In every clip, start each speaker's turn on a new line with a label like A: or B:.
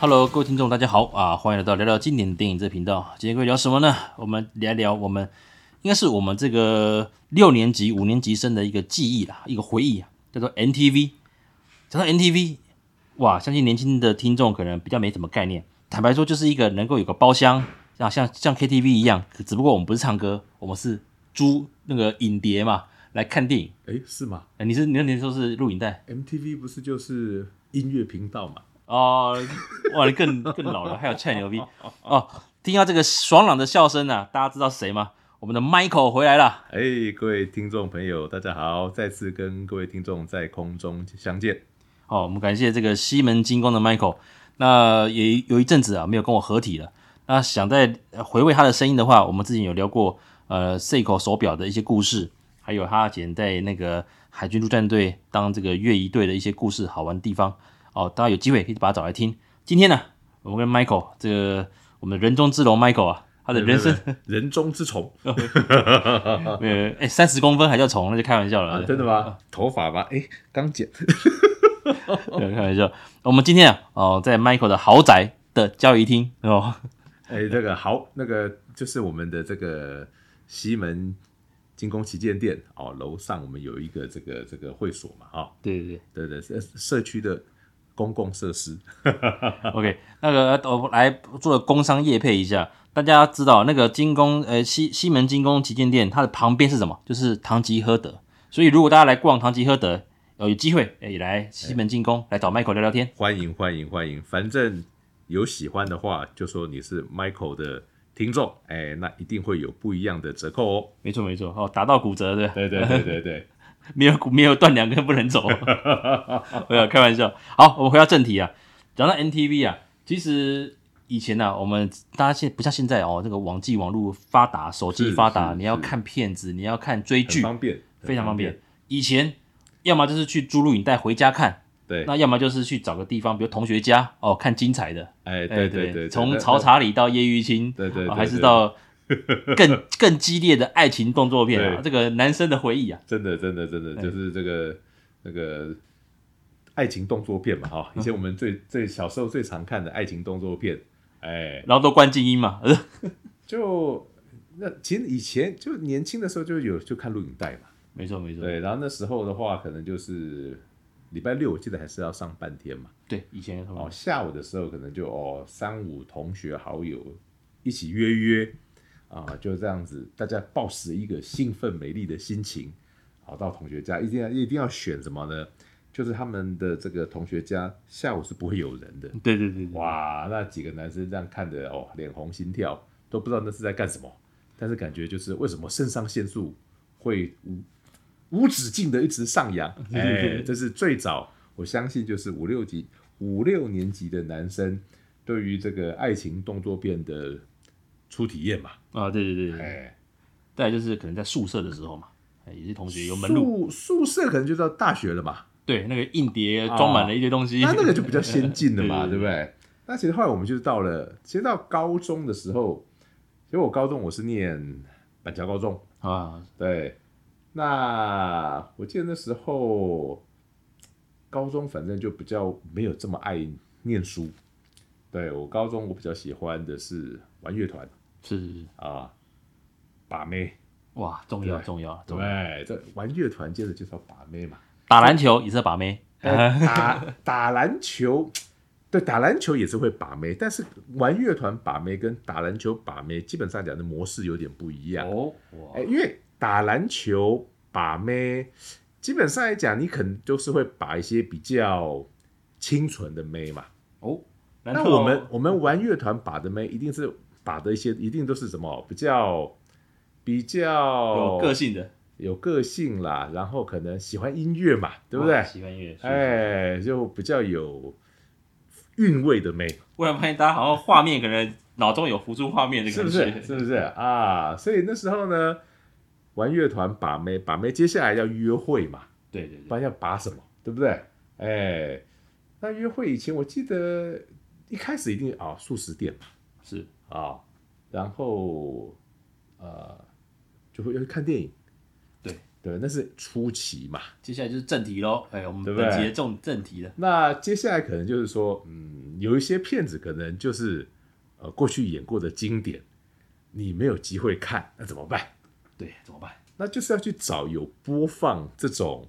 A: Hello，各位听众，大家好啊！欢迎来到聊聊经典电影这频道。今天会聊什么呢？我们聊聊我们应该是我们这个六年级、五年级生的一个记忆啦，一个回忆啊，叫做 NTV。讲到 NTV，哇，相信年轻的听众可能比较没什么概念。坦白说，就是一个能够有个包厢，啊，像像 KTV 一样，只不过我们不是唱歌，我们是租那个影碟嘛来看电影。
B: 哎，是吗
A: 呃你是你那年说是录影带？
B: ？MTV 不是就是音乐频道嘛？
A: 哦，哇，你更更老了，还有菜牛逼哦！听到这个爽朗的笑声啊，大家知道谁吗？我们的 Michael 回来了。
B: 哎，各位听众朋友，大家好，再次跟各位听众在空中相见。
A: 哦，我们感谢这个西门金光的 Michael。那也有一阵子啊，没有跟我合体了。那想再回味他的声音的话，我们之前有聊过呃 Seiko 手表的一些故事，还有他以前在那个海军陆战队当这个越仪队的一些故事，好玩的地方哦。大家有机会可以把它找来听。今天呢，我们跟 Michael 这个我们的人中之龙 Michael 啊，他的人生
B: 没有没有人中之虫
A: 没有，哎，三十公分还叫虫，那就开玩笑了，
B: 啊，真的吗？头发吧，哎，刚剪。
A: 对，开玩笑。我们今天啊，哦，在 Michael 的豪宅的交易厅 哦，
B: 哎，这个好，那个就是我们的这个西门精工旗舰店哦，楼上我们有一个这个这个会所嘛，哦，
A: 对对
B: 对对，社社区的公共设施。
A: 对 ，OK，那个呃我来做工商业配一下。大家知道那个金工，呃，西西门金工旗舰店，它的旁边是什么？就是唐吉诃德。所以如果大家来逛唐吉诃德，呃，有机会哎也来西门金工来找 Michael 聊聊天。
B: 欢迎欢迎欢迎，反正有喜欢的话，就说你是 Michael 的听众，哎，那一定会有不一样的折扣哦。
A: 没错没错，哦，打到骨折对吧。
B: 对对对对 对，
A: 没有没有断两根不能 走，没有开玩笑。好，我们回到正题啊，讲到 NTV 啊，其实以前呢、啊，我们大家现不像现在哦，这个网际网络发达，手机
B: 是
A: 发达，
B: 是
A: 你要
B: 是
A: 看片子，你要看追
B: 很
A: 剧，
B: 方便，
A: 非常
B: 很
A: 方便。。以前要么就是去租录影带回家看，
B: 对，
A: 那要么就是去找个地方，比如同学家哦，看精彩的。
B: 哎，
A: 哎
B: 对对对，
A: 从
B: 那
A: 曹，查理到叶玉卿，
B: 对对对
A: 哦
B: 对
A: 还是 到更更激烈的爱情动作片啊，这
B: 对
A: 个男生的回忆啊。
B: 真的真的真的就是这个那个爱情动作片嘛，哈，
A: 嗯
B: 以前我们最最小时候最常看的爱情动作片，哎，
A: 然后都关静音嘛，
B: 就那其实以前就年轻的时候就有就看录影带嘛。
A: 没错没错，
B: 对，然后那时候的话，可能就是礼拜六，我记得还是要上半天嘛。
A: 对，以前的同
B: 哦，
A: 学，
B: 下午的时候可能就哦，三五同学好友一起约约啊，就这样子，大家抱持一个兴奋美丽的心情，好到同学家，一定要一定要选什么呢？就是他们的这个同学家下午是不会有人的。
A: 对对对对，
B: 哇，那几个男生这样看的哦，脸红心跳，都不知道那是在干什么，但是感觉就是为什么肾上腺素会无无止境的一直 上扬？哎，这是最早我相信就是五六级、五六年级的男生对于这个爱情动作片的初体验嘛，
A: 啊，对对对对，
B: 哎，
A: 再来就是可能在宿舍的时候嘛，哎有些同学有门路，
B: 宿宿舍可能就到大学了嘛，
A: 对，那个硬碟装满了一堆东西，
B: 啊那那个就比较先进了嘛，
A: 对
B: 对不对？那其实后来我们就是到了，其实到高中的时候，其实我高中我是念板桥高中，
A: 啊，
B: 对。那我记得那时候高中反正就比较没有这么爱念书，对我高中我比较喜欢的是玩乐团
A: 是是是，
B: 啊，把妹，
A: 哇，重要
B: 对
A: 重要重要，
B: 对，这玩乐团接着就是要把妹嘛，
A: 打篮球也是把妹，
B: 呃
A: 啊
B: 打打篮球，对，打篮球也是会把妹，但是玩乐团把妹跟打篮球把妹基本上讲的模式有点不一样。
A: 哦，哇
B: 哎、，因为打篮球把妹，基本上来讲，你可能就是会把一些比较清纯的妹嘛。
A: 哦，难
B: 那
A: 道
B: 我们我们玩乐团把的妹，一定是把的一些，一定都是什么比较比较
A: 有个性的，
B: 有个性啦，然后可能喜欢音乐嘛，对不
A: 哇
B: 对？
A: 喜欢音乐，哎，
B: 哎，就比较有韵味的美，
A: 不然发现大家好像画面可能脑中有浮出画面的
B: 是
A: 感
B: 不
A: 觉，
B: 是？是不是啊？所以那时候呢，玩乐团把妹，把妹，接下来要约会嘛，
A: 对对
B: 不
A: 对，
B: 然要把什么，对不对？哎，那约会以前我记得一开始一定啊、素食店嘛
A: 是
B: 啊、然后呃就会要去看电影，
A: 对，
B: 对，那是初期嘛。
A: 接下来就是正题喽，哎，我们
B: 对不
A: 本
B: 对
A: 集的重正题了，
B: 那接下来可能就是说，嗯，有一些片子可能就是呃过去演过的经典，你没有机会看，那怎么办？
A: 对，怎么办？
B: 那就是要去找有播放这种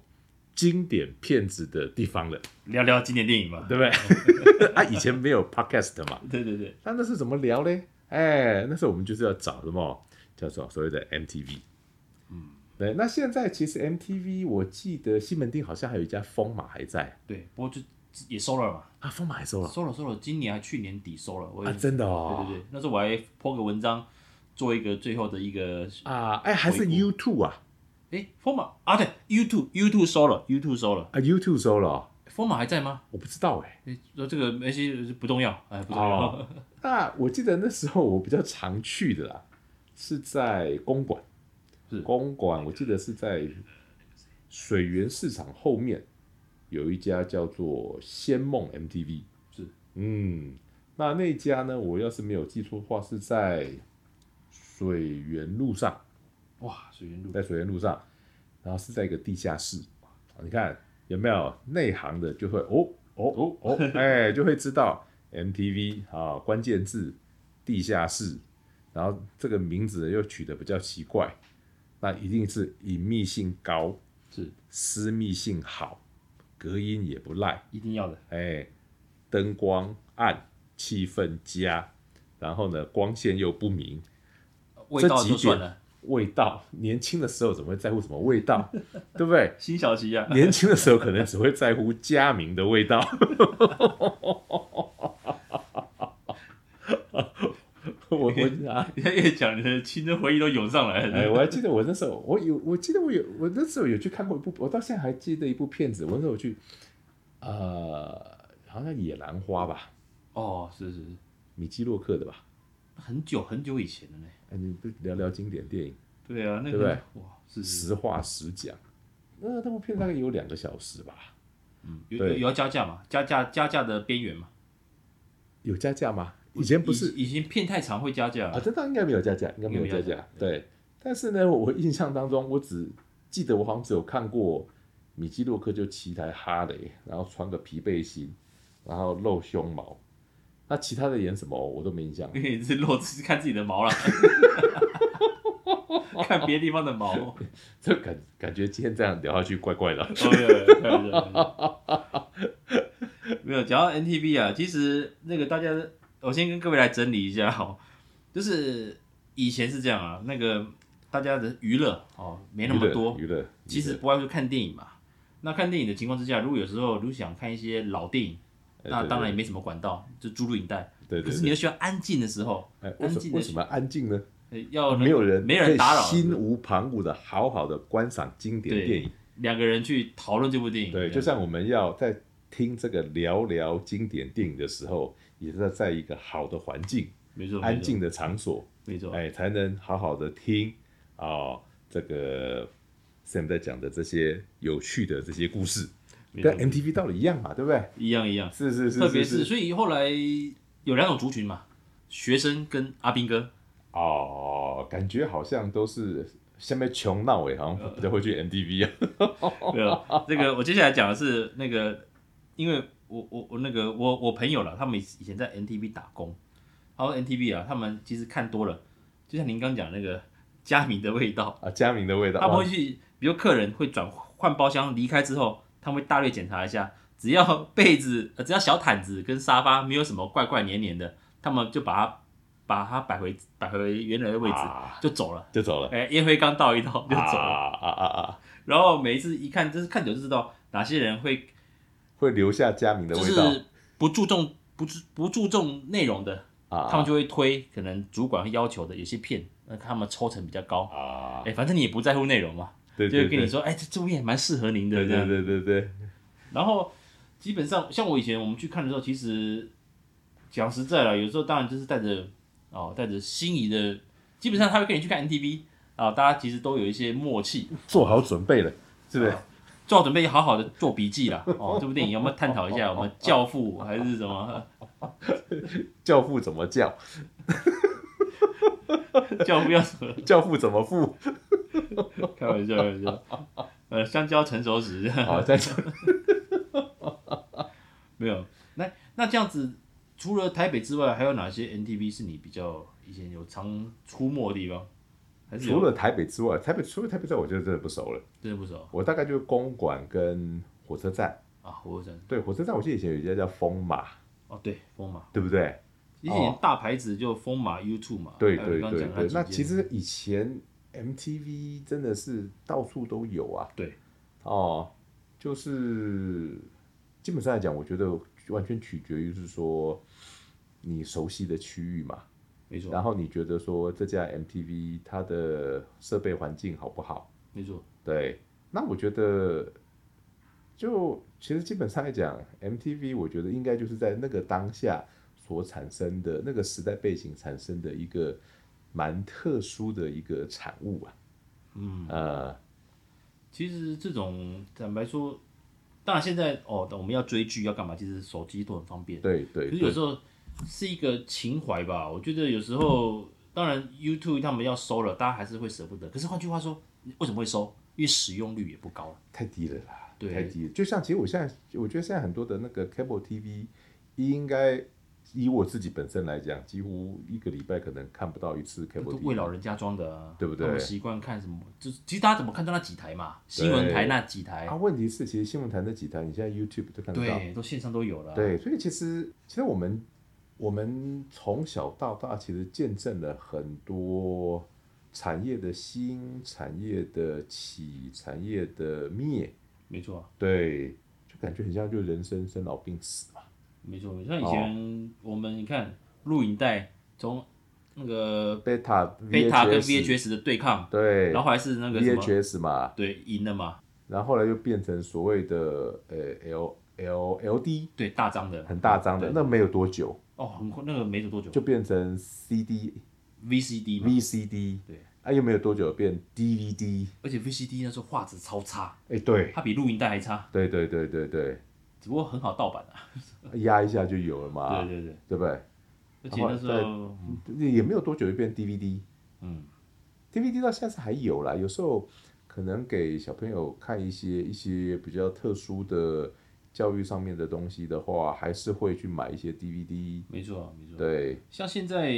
B: 经典片子的地方了，
A: 聊聊经典电影嘛，
B: 对不 对？啊，以前没有 podcast 嘛，
A: 对对对，
B: 那那是怎么聊嘞？哎，那时候我们就是要找什么叫做所谓的 MTV。嗯，对。那现在其实 MTV，我记得西门町好像还有一家疯马还在
A: 对，不过就也收了嘛，
B: 啊，疯马还收了
A: 收了收了，今年还去年底收了，我也
B: 啊，真的哦。
A: 对对对，那时候我还 po 个文章，做一个最后的一个，
B: 啊，哎，还是
A: 回顾
B: U Two 啊
A: 哎，风马啊，对，YouTube YouTube 收了，YouTube 收了，
B: 啊，U Two 收了哦，
A: 风马还在吗？
B: 我不知道 哎。
A: 哎，说这个没些不重要，哎，不重要，
B: 哦那我记得那时候我比较常去的啦，是在公馆，
A: 是
B: 公馆，我记得是在水源市场后面有一家叫做仙梦 MTV，
A: 是，
B: 嗯，那那家呢，我要是没有记错的话，是在水源路上，
A: 哇，水源路
B: 在水源路上，然后是在一个地下室，你看有没有内行的就会哦哦哦哦，哎，就会知道 MTV 啊，关键字地下室，然后这个名字又取得比较奇怪，那一定是隐秘性高，
A: 是
B: 私密性好，隔音也不赖，
A: 一定要的，
B: 哎，灯光暗，气氛佳，然后呢，光线又不明，
A: 味道
B: 这
A: 就
B: 几
A: 算
B: 点
A: 了，
B: 味道，年轻的时候怎么会在乎什么味道， 对不对？
A: 辛晓琪啊，
B: 年轻的时候可能只会在乎佳明的味道。 我我 啊，
A: 越讲你的青春回忆都涌上来了，
B: 哎，我还记得我那时候，我有，我记得我有，我那时候有去看过一部，我到现在还记得一部片子。我那时候去，呃，好像野兰花吧，
A: 哦，是是是，
B: 米基洛克的吧？
A: 很久很久以前了呢。
B: 哎，你不聊聊经典电影，
A: 对啊，那
B: 对不
A: 个
B: 对
A: 哇，是是，
B: 实话实讲。那那部片大概有两个小时吧，
A: 嗯有有
B: 对
A: 有要加价嘛？加价加价的边缘嘛？
B: 有加价吗？以前不是
A: 以以前片太长会加价
B: 啊，，这当应该没有加价，应该没有加
A: 应该没有加
B: 价。对，但是呢，我印象当中，我只记得我好像只有看过米基洛克就骑台哈雷，然后穿个皮背心，然后露胸毛。那其他的演什么我都没印象。
A: 因为你是露是看自己的毛 了，看别地方的 毛。哦
B: 这感感觉今天这样聊下去怪怪的。
A: 没有没有没有没有没有，讲到 NTV 啊，其实那个大家，我先跟各位来整理一下哦，就是以前是这样啊，那个大家的娱乐哦没那么多，
B: 娱乐，娱乐
A: 其实不外乎就看电影嘛。那看电影的情况之下，如果有时候如果想看一些老电影，
B: 哎
A: 那
B: 对
A: 当然也没什么管道，就租录影带。
B: 对
A: 可
B: 对
A: 是你
B: 对。
A: 又需要安静的时候，
B: 哎，为
A: 安
B: 什
A: 静
B: 为
A: 的
B: 什么安静呢？
A: 呃要
B: 啊没有人，
A: 没有人打扰，
B: 心无旁骛的好好的观赏经典
A: 对
B: 电影。
A: 两个人去讨论这部电影。
B: 对，
A: 这样
B: 就像我们要在听这个聊聊经典电影的时候，也是要在一个好的环境、
A: 没错，
B: 安静的场所，
A: 没错，没错，
B: 哎，才能好好的听啊、这个 Sam 在讲的这些有趣的这些故事，
A: 没错
B: 跟 MTV 道理一样嘛，对不对？
A: 一样一样。
B: 是是是，
A: 特别
B: 是
A: 是所以后来有两种族群嘛，学生跟阿兵哥。
B: 哦，感觉好像都是下面穷闹哎，好像比较会去 MTV 啊。
A: 没有，这个我接下来讲的是那个，因为我我我那个我我朋友了，他们以以前在 NTV 打工，然后 NTV 啊，他们其实看多了，就像您刚讲那个佳明的味道，
B: 啊，佳明的味道，
A: 他们
B: 哇
A: 会去，比如客人会转换包厢离开之后，他们会大略检查一下，只要被子、呃只要小毯子跟沙发没有什么怪怪黏黏的，他们就把它把它摆回摆回原来的位置、
B: 啊
A: 就走了，
B: 就走了，
A: 哎、烟灰缸倒一倒 就走了。
B: 啊啊啊啊，
A: 然后每一次一看，就是看久就知道哪些人会
B: 会留下佳明的
A: 就
B: 味道
A: 是不注重不注不注重内容的，
B: 啊，
A: 他们就会推可能主管会要求的有些片，那他们抽成比较高。
B: 啊，
A: 哎，反正你也不在乎内容嘛，
B: 对
A: 就
B: 对
A: 会
B: 对
A: 跟你说，哎，这这部片蛮适合您的
B: 对
A: 这
B: 对
A: 样。
B: 对对对，
A: 然后基本上像我以前我们去看的时候，其实讲实在了，有时候当然就是带着哦带着心仪的，基本上他会跟你去看 NTV 啊、大家其实都有一些默契。啊
B: 做好准备了，是不是？
A: 做好准备，好好的做笔记啦。 哦，这部电影有没有探讨一下？我们教父还是什么？
B: 教父怎么叫？
A: 教父要什么？
B: 教父怎么付？
A: 开玩笑，开玩笑。呃，香蕉成熟时
B: 好，再讲
A: 没有。那那这样子，除了台北之外，还有哪些 NTV 是你比较以前有常出没的地方？还是有
B: 除了台北之外，台北除了台北之外，我觉得真的不熟了。
A: 真的不熟
B: 我大概就是公馆跟火车站。
A: 啊？火车站
B: 对，火车站我记得以前有一家叫风马，
A: 哦，对，风马，哦
B: 对不对？
A: 以前大牌子就风马 U Two 嘛，
B: 对
A: 还有
B: 对
A: 哦刚刚
B: 对
A: 讲
B: 对。那
A: 几
B: 其
A: 间
B: 实以前 MTV 真的是到处都有啊。
A: 对，
B: 哦，就是基本上来讲，我觉得完全取决于是说你熟悉的区域嘛，
A: 没错
B: 然后你觉得说这家 MTV 它的设备环境好不好？
A: 没错，
B: 对，那我觉得就其实基本上来讲，MTV 我觉得应该就是在那个当下所产生的那个时代背景产生的一个蛮特殊的一个产物啊。嗯，呃，
A: 其实这种坦白说，当然现在哦，我们要追剧要干嘛，其实手机都很方便。
B: 对对
A: 可是有
B: 对
A: 时候是一个情怀吧，我觉得有时候，当然 YouTube 他们要收了，大家还是会舍不得。可是换句话说，为什么会收？因为使用率也不高。
B: 太低了啦，
A: 对
B: 太低了。就像其实我现在，我觉得现在很多的那个 cable TV，应该以我自己本身来讲，几乎一个礼拜可能看不到一次
A: 都
B: cable
A: 为
B: TV。
A: 老人家装的、啊，
B: 对不对
A: 他们习惯看什么？就是其实大家怎么看到那几台嘛，新闻台那几台，
B: 啊，问题是其实新闻台那几台，你现在 YouTube 都看得到。
A: 哎对，都线上都有了、，
B: 对，所以其实其实我们我们从小到大其实见证了很多产业的兴、产业的起、产业的灭，
A: 没错啊，
B: 对，就感觉很像就人生生老病死嘛。
A: 没错。像以
B: 哦
A: 前我们你看录影带，从那个
B: 贝塔、
A: 贝塔跟 VHS 的对抗，
B: 对，
A: 然后还是那个什么，
B: VHS 嘛，
A: 对，赢了嘛，
B: 然后后来就变成所谓的呃 L L L D
A: 对，大张的，
B: 很大张的，
A: 对
B: 那没有多久
A: 哦，很快，那个没走多久
B: 就变成 C D
A: ，VCD 嘛，
B: V C D，
A: 对，
B: 啊又没有多久变 D V D，
A: 而且 VCD 那时候画质超差，
B: 哎对
A: 它比录影带还差，
B: 对对对对对，
A: 只不过很好盗版啊。
B: 压一下就有了嘛，
A: 对对对，
B: 对不对？
A: 而且那时
B: 啊然
A: 候，
B: 也没有多久就变 DVD，
A: 嗯
B: ，DVD 到现在是还有啦，有时候可能给小朋友看一些一些比较特殊的教育上面的东西的话，还是会去买一些 DVD，
A: 没错啊没错。
B: 对
A: 像现在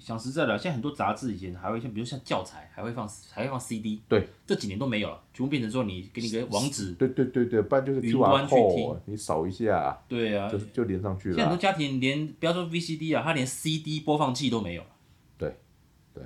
A: 想实在的，现在很多杂志以前还会像，比如像教材还会放，还会放 CD，
B: 对，
A: 这几年都没有了，全部变成说你给你个网址，
B: 对对对对，不然就是
A: 云
B: QR
A: 端去
B: code，
A: 听
B: 你扫一下
A: 对啊。
B: 就就连上去
A: 现在很多
B: 了。
A: 家庭连不要说 VCD 啊，它连 CD 播放器都没有了。
B: 对，对，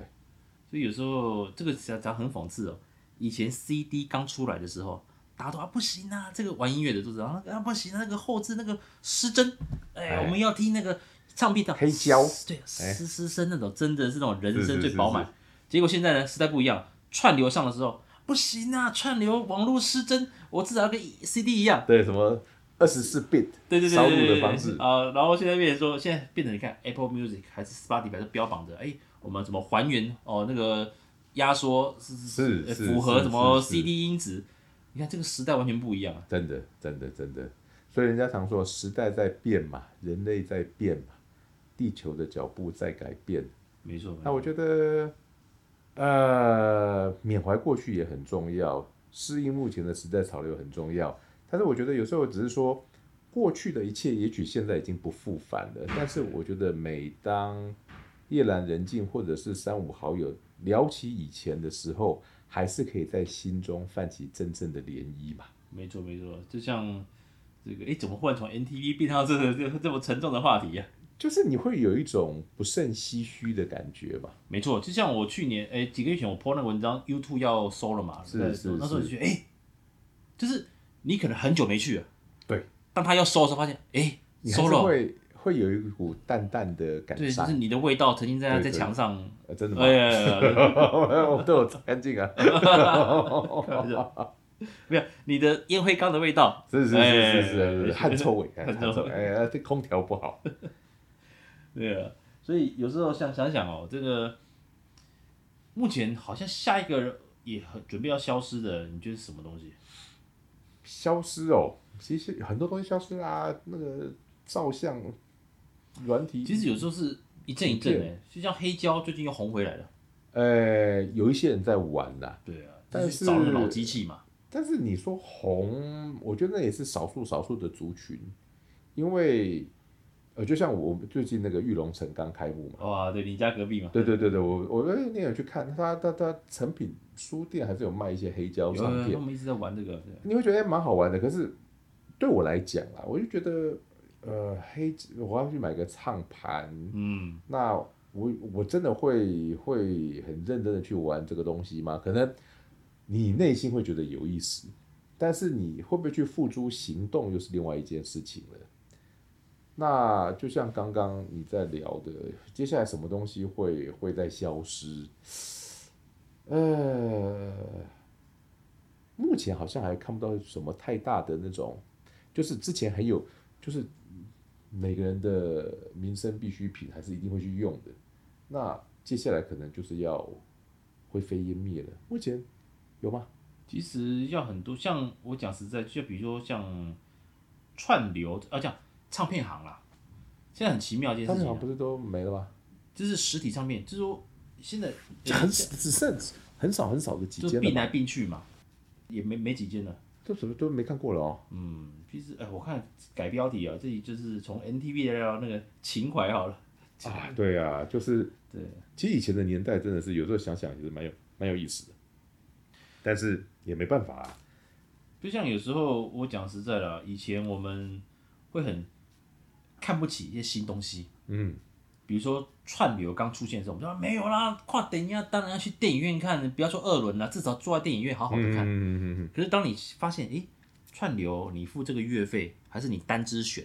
A: 所以有时候这个常常很讽刺哦。以前 CD 刚出来的时候，大家都啊不行啊，这个玩音乐的都知道啊啊不行啊，那个后置那个失真，哎，
B: 哎
A: 我们要听那个唱片的
B: 黑胶
A: 对，
B: 哎
A: 嘶嘶声那种，真的是那种人
B: 是是
A: 声最
B: 是
A: 饱
B: 是
A: 满。结果现在呢，时代不一样，串流上的时候不行啊，串流网络失真，我至少要跟 CD 一样，
B: 对，什么二十四 bit
A: 对对对
B: 烧
A: 对
B: 录
A: 对
B: 的方式，
A: 啊、然后现在变成说，现在变成你看 Apple Music 还是 Spotify 都标榜着，哎，我们怎么还原哦那个压缩是
B: 是
A: 呃
B: 是
A: 符合
B: 是
A: 什么
B: 是是
A: CD 音质？你看这个时代完全不一样啊，
B: 真的真的真的。所以人家常说时代在变嘛，人类在变嘛，地球的脚步在改变。
A: 没错，
B: 那我觉得，呃，缅怀过去也很重要，适应目前的时代潮流很重要。但是我觉得有时候只是说，过去的一切也许现在已经不复返了。但是我觉得每当夜阑人静或者是三五好友聊起以前的时候，还是可以在心中泛起阵阵的涟漪嘛。
A: 没错没错，就像这个，哎，怎么忽然从 NTV 变到这个这这么沉重的话题呀、
B: 就是你会有一种不胜唏嘘的感觉嘛。
A: 没错，就像我去年哎几个月前我 po 那个文章，YouTube 要收了嘛，
B: 是
A: 对
B: 是
A: 那时候
B: 是
A: 就觉得哎，就是你可能很久没去了，
B: 对，
A: 当他要收的时候发现哎
B: 你还
A: 收
B: 是
A: 了。
B: 会会有一股淡淡的感
A: 对，就
B: 伤
A: 是。你的味道曾经在
B: 对
A: 在
B: 对
A: 墙上，
B: 呃真的吗
A: 哎？呀呀，呀呀
B: 我都有干净啊，
A: 没有你的烟灰缸的味道，
B: 是是
A: 哎
B: 是是是，汗臭味，哎
A: 汗
B: 汗
A: 臭
B: 臭，
A: 味
B: 哎，哎这空调不好，
A: 对啊，所以有时候想想想哦，这个目前好像下一个也很准备要消失的，你觉得是什么东西？
B: 消失哦。其实很多东西消失啦，那个照相、软体，
A: 其实有时候是一阵一阵的，就像黑胶最近又红回来了，
B: 呃，有一些人在玩啦，
A: 对啊，
B: 但
A: 就是是找那个老机器嘛，
B: 但是你说红，我觉得那也是少数少数的族群，因为呃，就像我们最近那个玉龙城刚开幕嘛，
A: 哇，对，你家隔壁嘛，
B: 对对对对，我我哎那天去看他他他成品书店还是有卖一些黑胶
A: 有有
B: 唱
A: 有，
B: 片
A: 我，们一直在玩这个，对
B: 你会觉得哎蛮好玩的。可是对我来讲啦，我就觉得呃黑我要去买个唱盘，
A: 嗯，
B: 那我我真的会会很认真的去玩这个东西吗？可能你内心会觉得有意思，但是你会不会去付诸行动，又是另外一件事情了。那就像刚刚你在聊的，接下来什么东西会会在消失？呃，目前好像还看不到什么太大的那种，就是之前很有，就是每个人的民生必需品还是一定会去用的。那接下来可能就是要灰飞烟灭了。目前有吗？
A: 其实要很多，像我讲实在，就比如说像串流啊，讲唱片行啦，现在很奇妙一件
B: 他
A: 事
B: 们
A: 情
B: 好
A: 啊、
B: 像不是都没了吗？
A: 就是实体唱片，就是说现在呃
B: 很只剩很少很少的几
A: 就是
B: 间
A: 并
B: 了
A: 来
B: 吧，
A: 并去嘛，也没没几间了。
B: 都什么都没看过了哦。
A: 嗯，其实哎，我看改标题啊，这里就是从 NTV 来聊那个情怀好了。
B: 啊，对啊，就是
A: 对，
B: 其实以前的年代真的是有时候想想也是蛮有蛮有意思的，但是也没办法啊。
A: 就像有时候我讲实在的啊，以前我们会很看不起一些新东西，
B: 嗯，
A: 比如说串流刚出现的时候，我们就说没有啦，跨等一下，当然要去电影院看，不要说二轮啦，至少坐在电影院好好的看。
B: 嗯嗯
A: 可是当你发现，诶，串流你付这个月费，还是你单支选，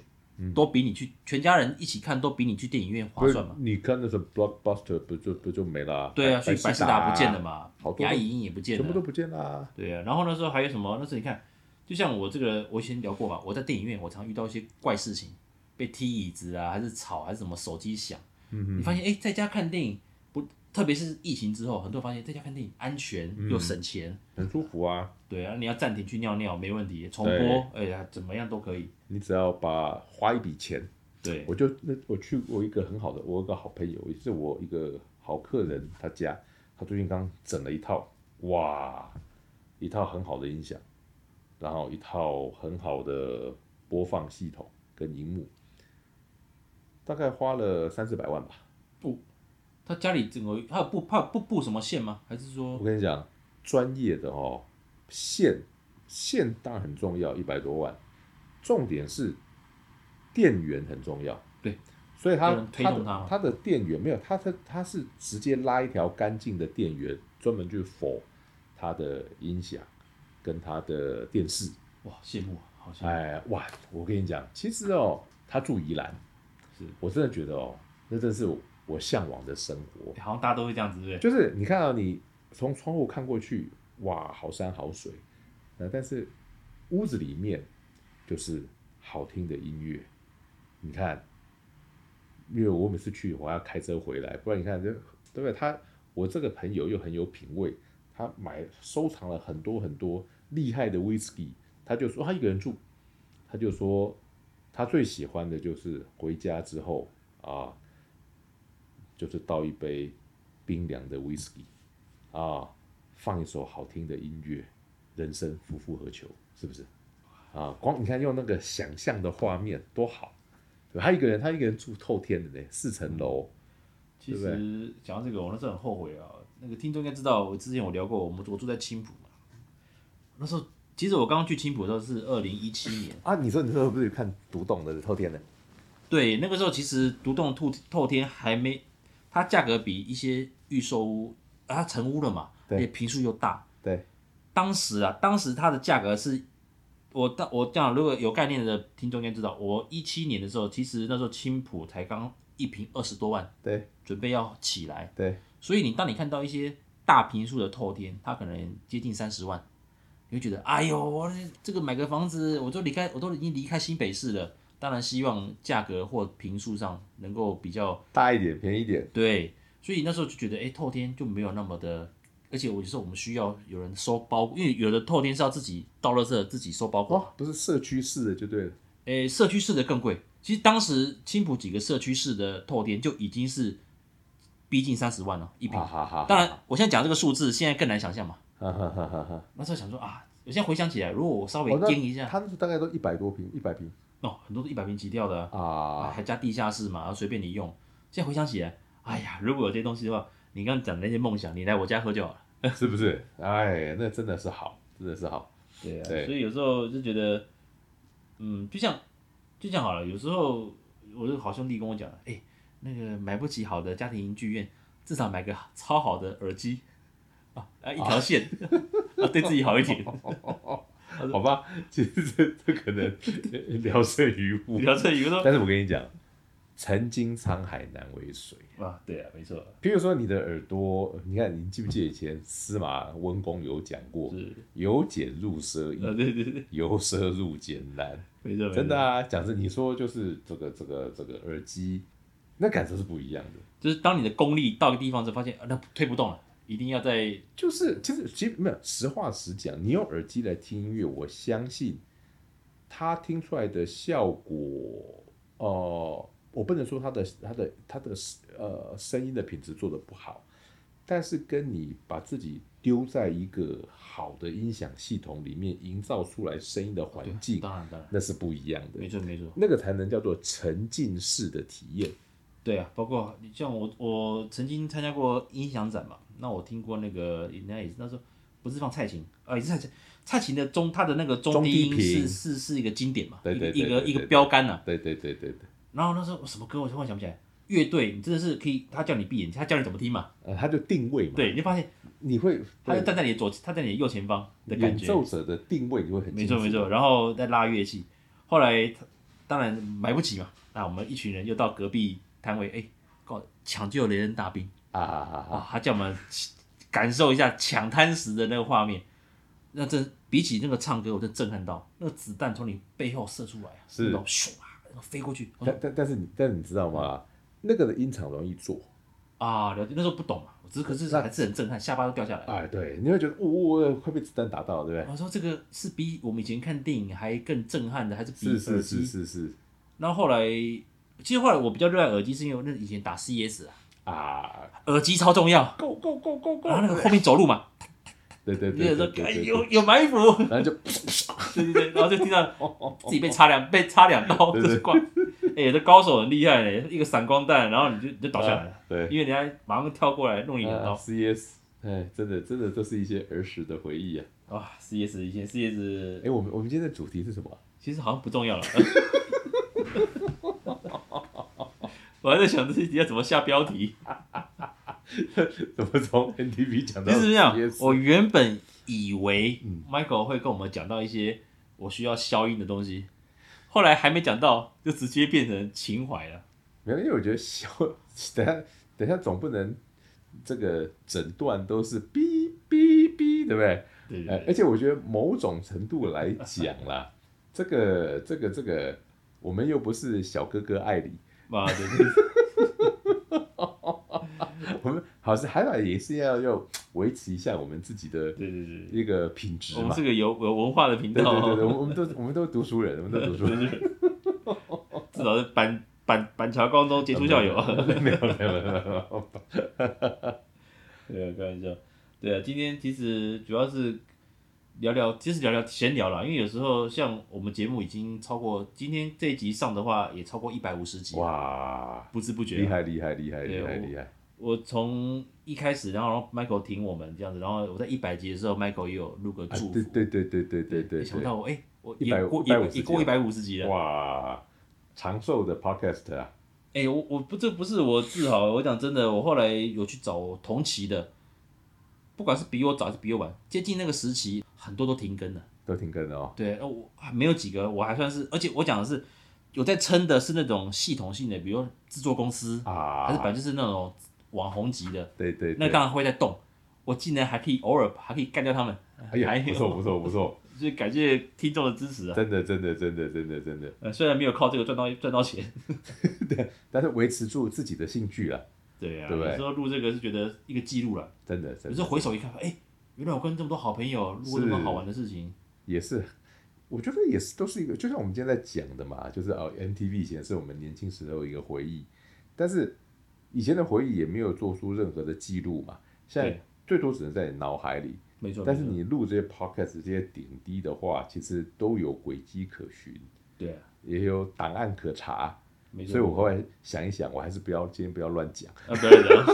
A: 都比你去全家人一起看，都比你去电影院划
B: 嗯不是
A: 算嘛？
B: 你看那什么 Blockbuster 不就不就没了、
A: 对啊，所以百
B: 百
A: 事
B: 事
A: 达
B: 达
A: 不见了，嘛
B: 哎好，多
A: 牙医音也不见
B: 全部都
A: 了，
B: 不见啦、啊。
A: 对啊。然后那时候还有什么？那时候你看，就像我这个，我以前聊过嘛，我在电影院我常遇到一些怪事情，被踢椅子啊，还是吵，还是什么手机响。
B: 嗯
A: 你发现诶，在家看电影不，特别是疫情之后，很多人发现在家看电影安全
B: 嗯
A: 又省钱，
B: 很舒服啊。
A: 对啊，你要暂停去尿尿没问题，重
B: 对
A: 播，哎呀，怎么样都可以。
B: 你只要把花一笔钱，
A: 对，
B: 我就那我去我一个很好的，我有个好朋友，也是我一个好客人，他家他最近刚整了一套，哇，一套很好的音响，然后一套很好的播放系统跟荧幕，大概花了三四百万吧。
A: 他家里整个他有布怕布布什么线吗？还是说
B: 我跟你讲，专业的哦，线线当然很重要，一百多万，重点是电源很重要。
A: 对，
B: 所以
A: 有
B: 它
A: 人推
B: 它
A: 动
B: 的
A: 它吗
B: 它的电源没有，它它它是直接拉一条干净的电源，专门去否它的音响跟它的电视。
A: 哇羡慕啊，好羡慕，
B: 哎，哇！我跟你讲，其实哦，他住宜兰，
A: 是
B: 我真的觉得哦，那真是我我向往的生活。
A: 哎好像大家都会这样子，对不对？
B: 就是你看到啊你从窗户看过去，哇，好山好水，呃，但是屋子里面就是好听的音乐。你看，因为我每次去我还要开车回来，不然你看这对不对？他我这个朋友又很有品味，他买收藏了很多很多厉害的 whisky，他就说他一个人住，他就说他最喜欢的就是回家之后啊，就是倒一杯冰凉的 whisky，啊，放一首好听的音乐，人生夫复何求？是不是？啊，光你看用那个想象的画面多好，对吧他一个人，他一个人住透天的呢，四层楼，
A: 其
B: 对不
A: 实讲到这个，我那时候很后悔啊。那个听众应该知道，我之前我聊过，我们我住在青浦嘛。那时候其实我刚刚去青浦的时候是二零一七年，
B: 啊，你说你说不是看读懂的透天的？
A: 对，那个时候其实独栋透透天还没，它价格比一些预售屋啊，它成屋了嘛，
B: 对
A: 而且平数又大。
B: 对，
A: 当时啊，当时它的价格是，我当我这样，如果有概念的听众应该知道，我一七年的时候，其实那时候青浦才刚一平二十多万，
B: 对
A: 准备要起来，
B: 对，
A: 所以你当你看到一些大平数的透天，它可能接近三十万，你会觉得，哎呦，我这个买个房子，我都离开，我都已经离开新北市了。当然，希望价格或平数上能够比较
B: 大一点，便宜一点，
A: 对，所以那时候就觉得，哎、透天就没有那么的，而且我就说我们需要有人收包，因为有的透天是要自己到垃圾自己收包裹，
B: 哦，不是社区式的就对了，
A: 诶、社区式的更贵。其实当时青浦几个社区式的透天就已经是逼近三十万了一平。
B: 啊哈哈哈，
A: 当然，我现在讲这个数字，现在更难想象嘛。
B: 哈哈哈哈哈，
A: 那时候想说啊，我现在回想起来，如果我稍微
B: 哦那
A: 颠一下，
B: 他那时候大概都一百多平，一百平
A: 哦，很多都一百平起跳的啊、
B: 啊，
A: 还加地下室嘛，然后随便你用。现在回想起来，哎呀，如果有这些东西的话，你刚刚讲的那些梦想，你来我家喝就好了。
B: 是不是？哎，那真的是好，真的是好。
A: 对啊，
B: 对
A: 所以有时候就觉得，嗯，就像就这样好了。有时候我的好兄弟跟我讲，哎、那个买不起好的家庭剧院，至少买个超好的耳机啊啊，一条线啊，对自己好一 点，
B: 好吧，其实这这可能聊胜于无
A: 你。要这一个
B: 但是我跟你讲，曾经沧海难为水。
A: 都啊，对啊，没错，
B: 比如说你的耳朵，你看你记不记得以前司马温公有讲过
A: 是
B: “由俭入奢
A: 啊，
B: 易，
A: 对对对，
B: 由奢入俭难
A: 没错，”。没
B: 真
A: 错
B: 的啊，讲真，你说就是这个这个这个耳机，那感受是不一样的。
A: 就是当你的功力到一个地方之后，发现啊，那推不动了，一定要在
B: 就是其实其实没有，实话实讲，你用耳机来听音乐，我相信它听出来的效果，呃，我不能说它的它的它的呃声音的品质做的不好，但是跟你把自己丢在一个好的音响系统里面，营造出来声音的环境，
A: 当然当然，
B: 那是不一样的
A: 没，错没错，
B: 那个才能叫做沉浸式的体验。
A: 对啊，包括你像我，我曾经参加过音响展嘛，那我听过那个人家也是那时候不是放蔡琴，啊、也是蔡琴，蔡琴的中她的那个中
B: 中低
A: 低音
B: 频
A: 是是是一个经典嘛，
B: 对对对
A: 一个一个
B: 对
A: 一
B: 对
A: 个标杆呐、啊。
B: 对对对对对，
A: 然后那时候我什么歌我突然想不起来，乐队你真的是可以，他叫你闭眼，他教你怎么听嘛，
B: 呃，它就定位嘛，，
A: 对，你就发现
B: 你会
A: 他
B: 对
A: 就站在你的左，他在你的右前方的感
B: 演
A: 觉，
B: 奏者的定位你会很
A: 没
B: 清
A: 错
B: 楚
A: 没错，然后再拉乐器，后来他当然买不起嘛，那我们一群人又到隔壁摊位，哎，搞抢救雷恩大兵
B: 啊啊啊！
A: 啊，他叫我们感受一下抢滩时的那个画面，那真比起那个唱歌，我真震撼到，那个子弹从你背后射出来啊，
B: 是
A: 那种咻啊，然后飞过去，我说
B: 但但但是你但是你知道吗？
A: 嗯
B: 那个的音场容易做，
A: 啊，了解，那时候不懂嘛，我只是可是
B: 那
A: 还是很震撼，下巴都掉下来了。
B: 哎，对，你会觉得呜呜快被子弹打到，对不对？
A: 我说这个是比我们以前看电影还更震撼的，还是比
B: 是是
A: 耳机
B: 是是是
A: 然后后来，其实后来我比较热爱耳机，是因为那以前打 CS 啊，
B: 啊
A: 耳机超重要。
B: ，Go Go Go Go Go，
A: 然后那个后面走路嘛，
B: 对对
A: 啊你有
B: 对
A: 时
B: 对
A: 候哎
B: 对
A: 有
B: 对，
A: 有埋伏，
B: 然后就
A: 对对对，然后就听到自己被插两被插两刀，
B: 对
A: 这
B: 对
A: 是怪。哎，这高手很厉害嘞，一个闪光弹，然后你就你就倒下来了，
B: 啊对，
A: 因为人家马上跳过来弄你两刀。
B: CS，哎，真的真的都是一些儿时的回忆啊。
A: 哇，CS 以前 CS
B: 哎，我们我们今天的主题是什么啊？
A: 其实好像不重要了。 我还在想这一集要怎么下标题。
B: 怎么从 NTV 讲到
A: 其实是这样，
B: CS？
A: 我原本以为
B: 嗯
A: Michael 会跟我们讲到一些我需要消音的东西，后来还没讲到，就直接变成情怀了。
B: 没有，因为我觉得小， 等下等下总不能这个整段都是哔哔哔，对不对？
A: 对
B: 呃，而且我觉得某种程度来讲啦，这个这个这个，我们又不是小哥哥艾里，
A: 妈的，对对
B: 我们好是还好也是要要维持一下我们自己的
A: 对对对，
B: 一个品质
A: 我们
B: 嘛
A: 是。个有有文化的频
B: 对
A: 道
B: 对对对，
A: 哦，
B: 我们都我们都读书人，我们都读书人，
A: 至少是板板板桥高中杰出校友。
B: 没有没有没有没有没有，
A: 对啊，开玩笑。对啊，今天其实主要是聊聊，其实聊聊闲聊啦，因为有时候像我们节目已经超过今天这一集上的话，也超过一百五十集，
B: 哇，
A: 不知不觉
B: 厉。害厉害厉害厉害厉害，
A: 我从一开始，然后 Michael 挺我们这样子，然后我在一百集的时候，Michael 也有录个
B: 啊
A: 祝福，
B: 对对对对对对
A: 没
B: 对
A: 想
B: 对，
A: 到我哎、我
B: 150
A: 也过
B: 集
A: 也
B: 了
A: 也过一百五十集了，啊
B: 哇，长寿的 podcast 啊，
A: 哎、我我不这不是我自豪，我讲真的，我后来有去找同期的，不管是比我早还是比我晚，接近那个时期，很多都停更了。
B: 都挺跟哦，
A: 对，呃我还没有几个，我还算是，而且我讲的是有在撑的是那种系统性的，比如制作公司，还是
B: 啊，
A: 反正就是那种网红级的，
B: 对对，
A: 那
B: 对，
A: 当然会在动。我竟然还可以偶尔还可以干掉他们，
B: 哎呀，
A: 还
B: 不
A: 有
B: 错不错不错，
A: 就是感谢听众的支持啊！
B: 真的真的真的真的真的。
A: 呃，虽然没有靠这个赚到赚到钱，
B: 但是维持住自己的兴趣啊，
A: 对啊，
B: 对不对
A: 有时候录这个是觉得一个记录了，
B: 真的，
A: 有
B: 真
A: 时
B: 的
A: 候回首一看，哎，原来我跟这么多好朋友录过这么好玩的事情，
B: 也是，我觉得也是都是一个，就像我们今天在讲的嘛，就是哦，MTV 以前是我们年轻时候一个回忆，但是以前的回忆也没有做出任何的记录嘛，现在
A: 对
B: 最多只能在你脑海里，
A: 没错。
B: 但是
A: 没错
B: 你录这些 podcast 这些点滴的话，其实都有轨迹可循，
A: 对啊，
B: 也有档案可查。
A: 没错。
B: 所以我后来想一想，我还是不要今天不要乱讲。
A: 啊，不要聊。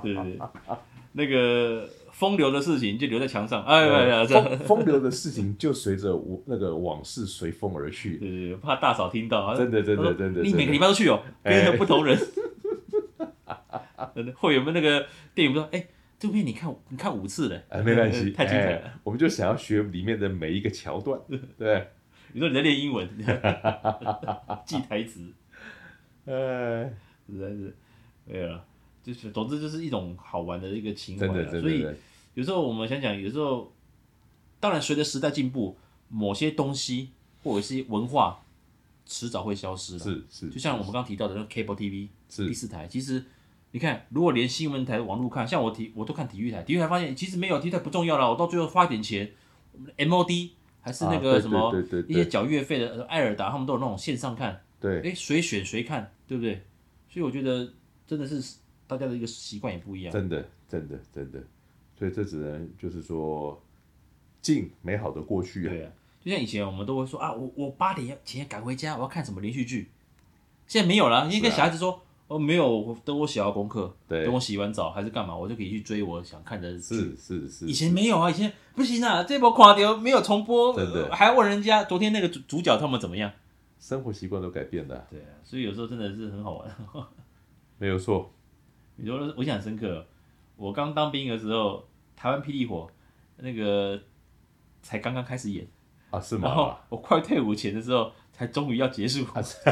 A: 对 对对， 那个风流的事情就留在墙上，哎呀呀，这样
B: 呃嗯风风流的事情就随着我那个往事随风而去。
A: 对对对，怕大嫂听到。哎
B: 真的真的
A: 她说
B: 真的
A: 你每个
B: 真的
A: 礼拜都去哦，
B: 哎
A: 跟不同人。 真的会有没有那个电影不知道？哎，这部片你看你看五次了，
B: 哎，没关系，
A: 太精彩了。
B: 哎我们就想要学里面的每一个桥 段，对，
A: 你说你在练英文， 记台词，
B: 呃，
A: 实在是没有了。就是，总之就是一种好玩的一个情怀
B: 真
A: 啦
B: 的真的
A: 所以
B: 真的，
A: 有时候我们想想，有时候当然随着时代进步，某些东西或者是文化迟早会消失的。
B: 是是
A: 就像我们刚刚提到的那个 cable TV 第
B: 是
A: 四台，其实你看，如果连新闻台、网络看，像我体我都看体育台，体育台发现其实没有体育台不重要了，我到最后花一点钱我们的，MOD 还是那
B: 啊
A: 个
B: 对
A: 什么、
B: 对对对
A: 一
B: 对
A: 些缴月费的呃艾尔达，他们都有那种线上看，
B: 对，
A: 哎，谁选谁看，对不对？所以我觉得真的是大家的一个习惯也不一样。
B: 真的真的真的，所以这只能就是说，敬美好的过去啊，
A: 对啊，就像以前我们都会说啊，我我八点前赶回家，我要看什么连续剧。现在没有了，因为跟小孩子说，哦，没有，我等我写好功课，
B: 啊对
A: 等我洗完澡还是干嘛，我就可以去追我想看的剧。
B: 是是是，
A: 以前没有啊，以前不行啊，这波垮掉没有重播，
B: 真的
A: 呃还要问人家昨天那个主主角他们怎么样。
B: 生活习惯都改变了，
A: 对啊，所以有时候真的是很好玩。
B: 没有错，
A: 你说我印象很深刻，哦我刚当兵的时候，台湾霹雳火那个才刚刚开始演，
B: 啊，是
A: 然后
B: 吗？啊
A: 我快退伍前的时候，才终于要结束。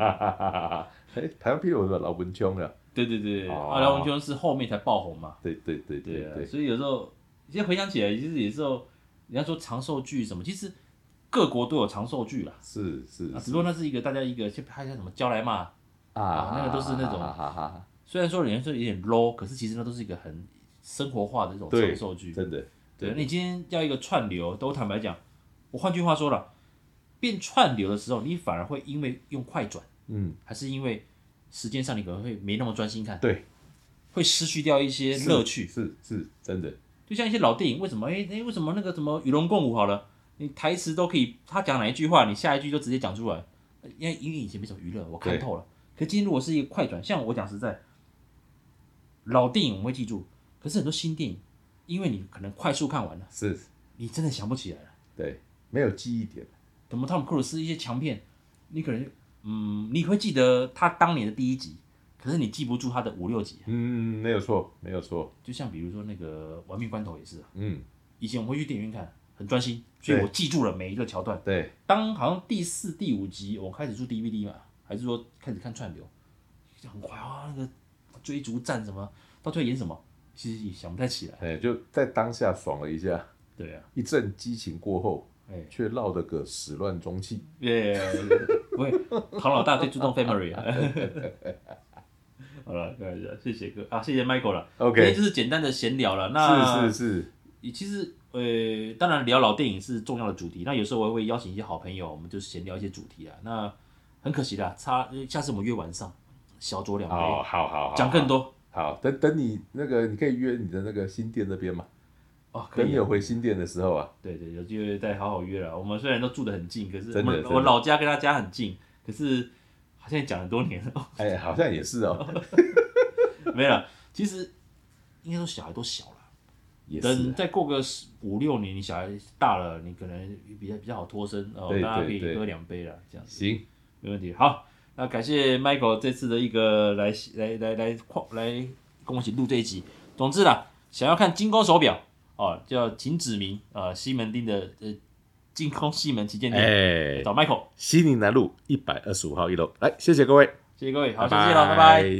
B: 哎，台湾霹雳有老文琼了，
A: 对对对，
B: 哦
A: 阿廖文琼是后面才爆红嘛。
B: 对对对对
A: 啊，
B: 对，
A: 所以有时候现在回想起来，其实有时候人家说长寿剧什么，其实各国都有长寿剧啦。
B: 是是
A: 啊，只
B: 是
A: 不过那是一个大家一个去拍一下什么《娇来嘛》，
B: 啊
A: 那个都是那种
B: 哈哈哈哈
A: 虽然说人家说有点 low，可是其实那都是一个很生活化的这种
B: 对
A: 长寿剧。
B: 真的
A: 对，那你今天要一个串流，都坦白讲，我换句话说了，变串流的时候，你反而会因为用快转，
B: 嗯，
A: 还是因为时间上你可能会没那么专心看，
B: 对，
A: 会失去掉一些
B: 是
A: 乐趣。
B: 是是真的，
A: 就像一些老电影，为什么？哎、哎、为什么那个什么《与龙共舞》好了，你台词都可以，他讲哪一句话，你下一句就直接讲出来。因为因为以前没什么娱乐，我看
B: 对
A: 透了。可今天如果是一个快转，像我讲实在，老电影我们会记住，可是很多新电影，因为你可能快速看完了，
B: 是
A: 你真的想不起来了。
B: 对，没有记忆点，
A: 什么汤姆·克鲁斯一些强片，你可能嗯，你会记得他当年的第一集，可是你记不住他的五六集。
B: 嗯，没有错，没有错，
A: 就像比如说那个《玩命关头》也是啊，
B: 嗯，
A: 以前我们会去电影院看，很专心，所以
B: 对
A: 我记住了每一个桥段。
B: 对，
A: 当好像第四、第五集，我开始做 DVD 嘛，还是说开始看串流，就很快啊，那个追逐战什么，到最后演什么，其实也想不太起来。
B: 哎，就在当下爽了一下，
A: 对啊，
B: 一阵激情过后，
A: 哎，
B: 却落得个始乱终弃。
A: 耶， 不会，唐老大最注重 family 啊。好了，开玩笑，谢谢哥啊，谢谢 Michael 了。今天
B: OK，
A: 就是简单的闲聊了。那
B: 是是是，
A: 其实呃，当然聊老电影是重要的主题。那有时候我也会邀请一些好朋友，我们就闲聊一些主题啊。那很可惜啦，差下次我们约晚上，小酌两杯，
B: 哦，好好好，
A: 讲更
B: 多。
A: 多
B: 好，等等你那个，你可以约你的那个新店那边嘛。
A: 哦，可
B: 等你
A: 以啊。
B: 有回新店的时候啊，
A: 对对，有机会再好好约了。我们虽然都住得很近，可是我
B: 真的
A: 们
B: 真的
A: 我老家跟他家很近，可是好像也讲了多年了，
B: 哎，好像也是哦，
A: 没了。其实应该说小孩都小了。
B: 也
A: 等
B: 是，啊
A: 再过个十五六年，你小孩大了，你可能比较比较好脱身哦，
B: 对
A: 大家可
B: 对
A: 以
B: 对
A: 喝两杯了，这样子
B: 行，
A: 没问题。好，那感谢 Michael 这次的一个来来来来跨来跟我一起录这一集。总之啦，想要看精工手表哦，叫秦子明啊、呃西门町的呃精工西门旗舰店、
B: 哎，
A: 找 Michael，
B: 西宁南路一百二十五号一楼，来，谢谢各位，
A: 谢谢各位，好，谢谢了，拜拜。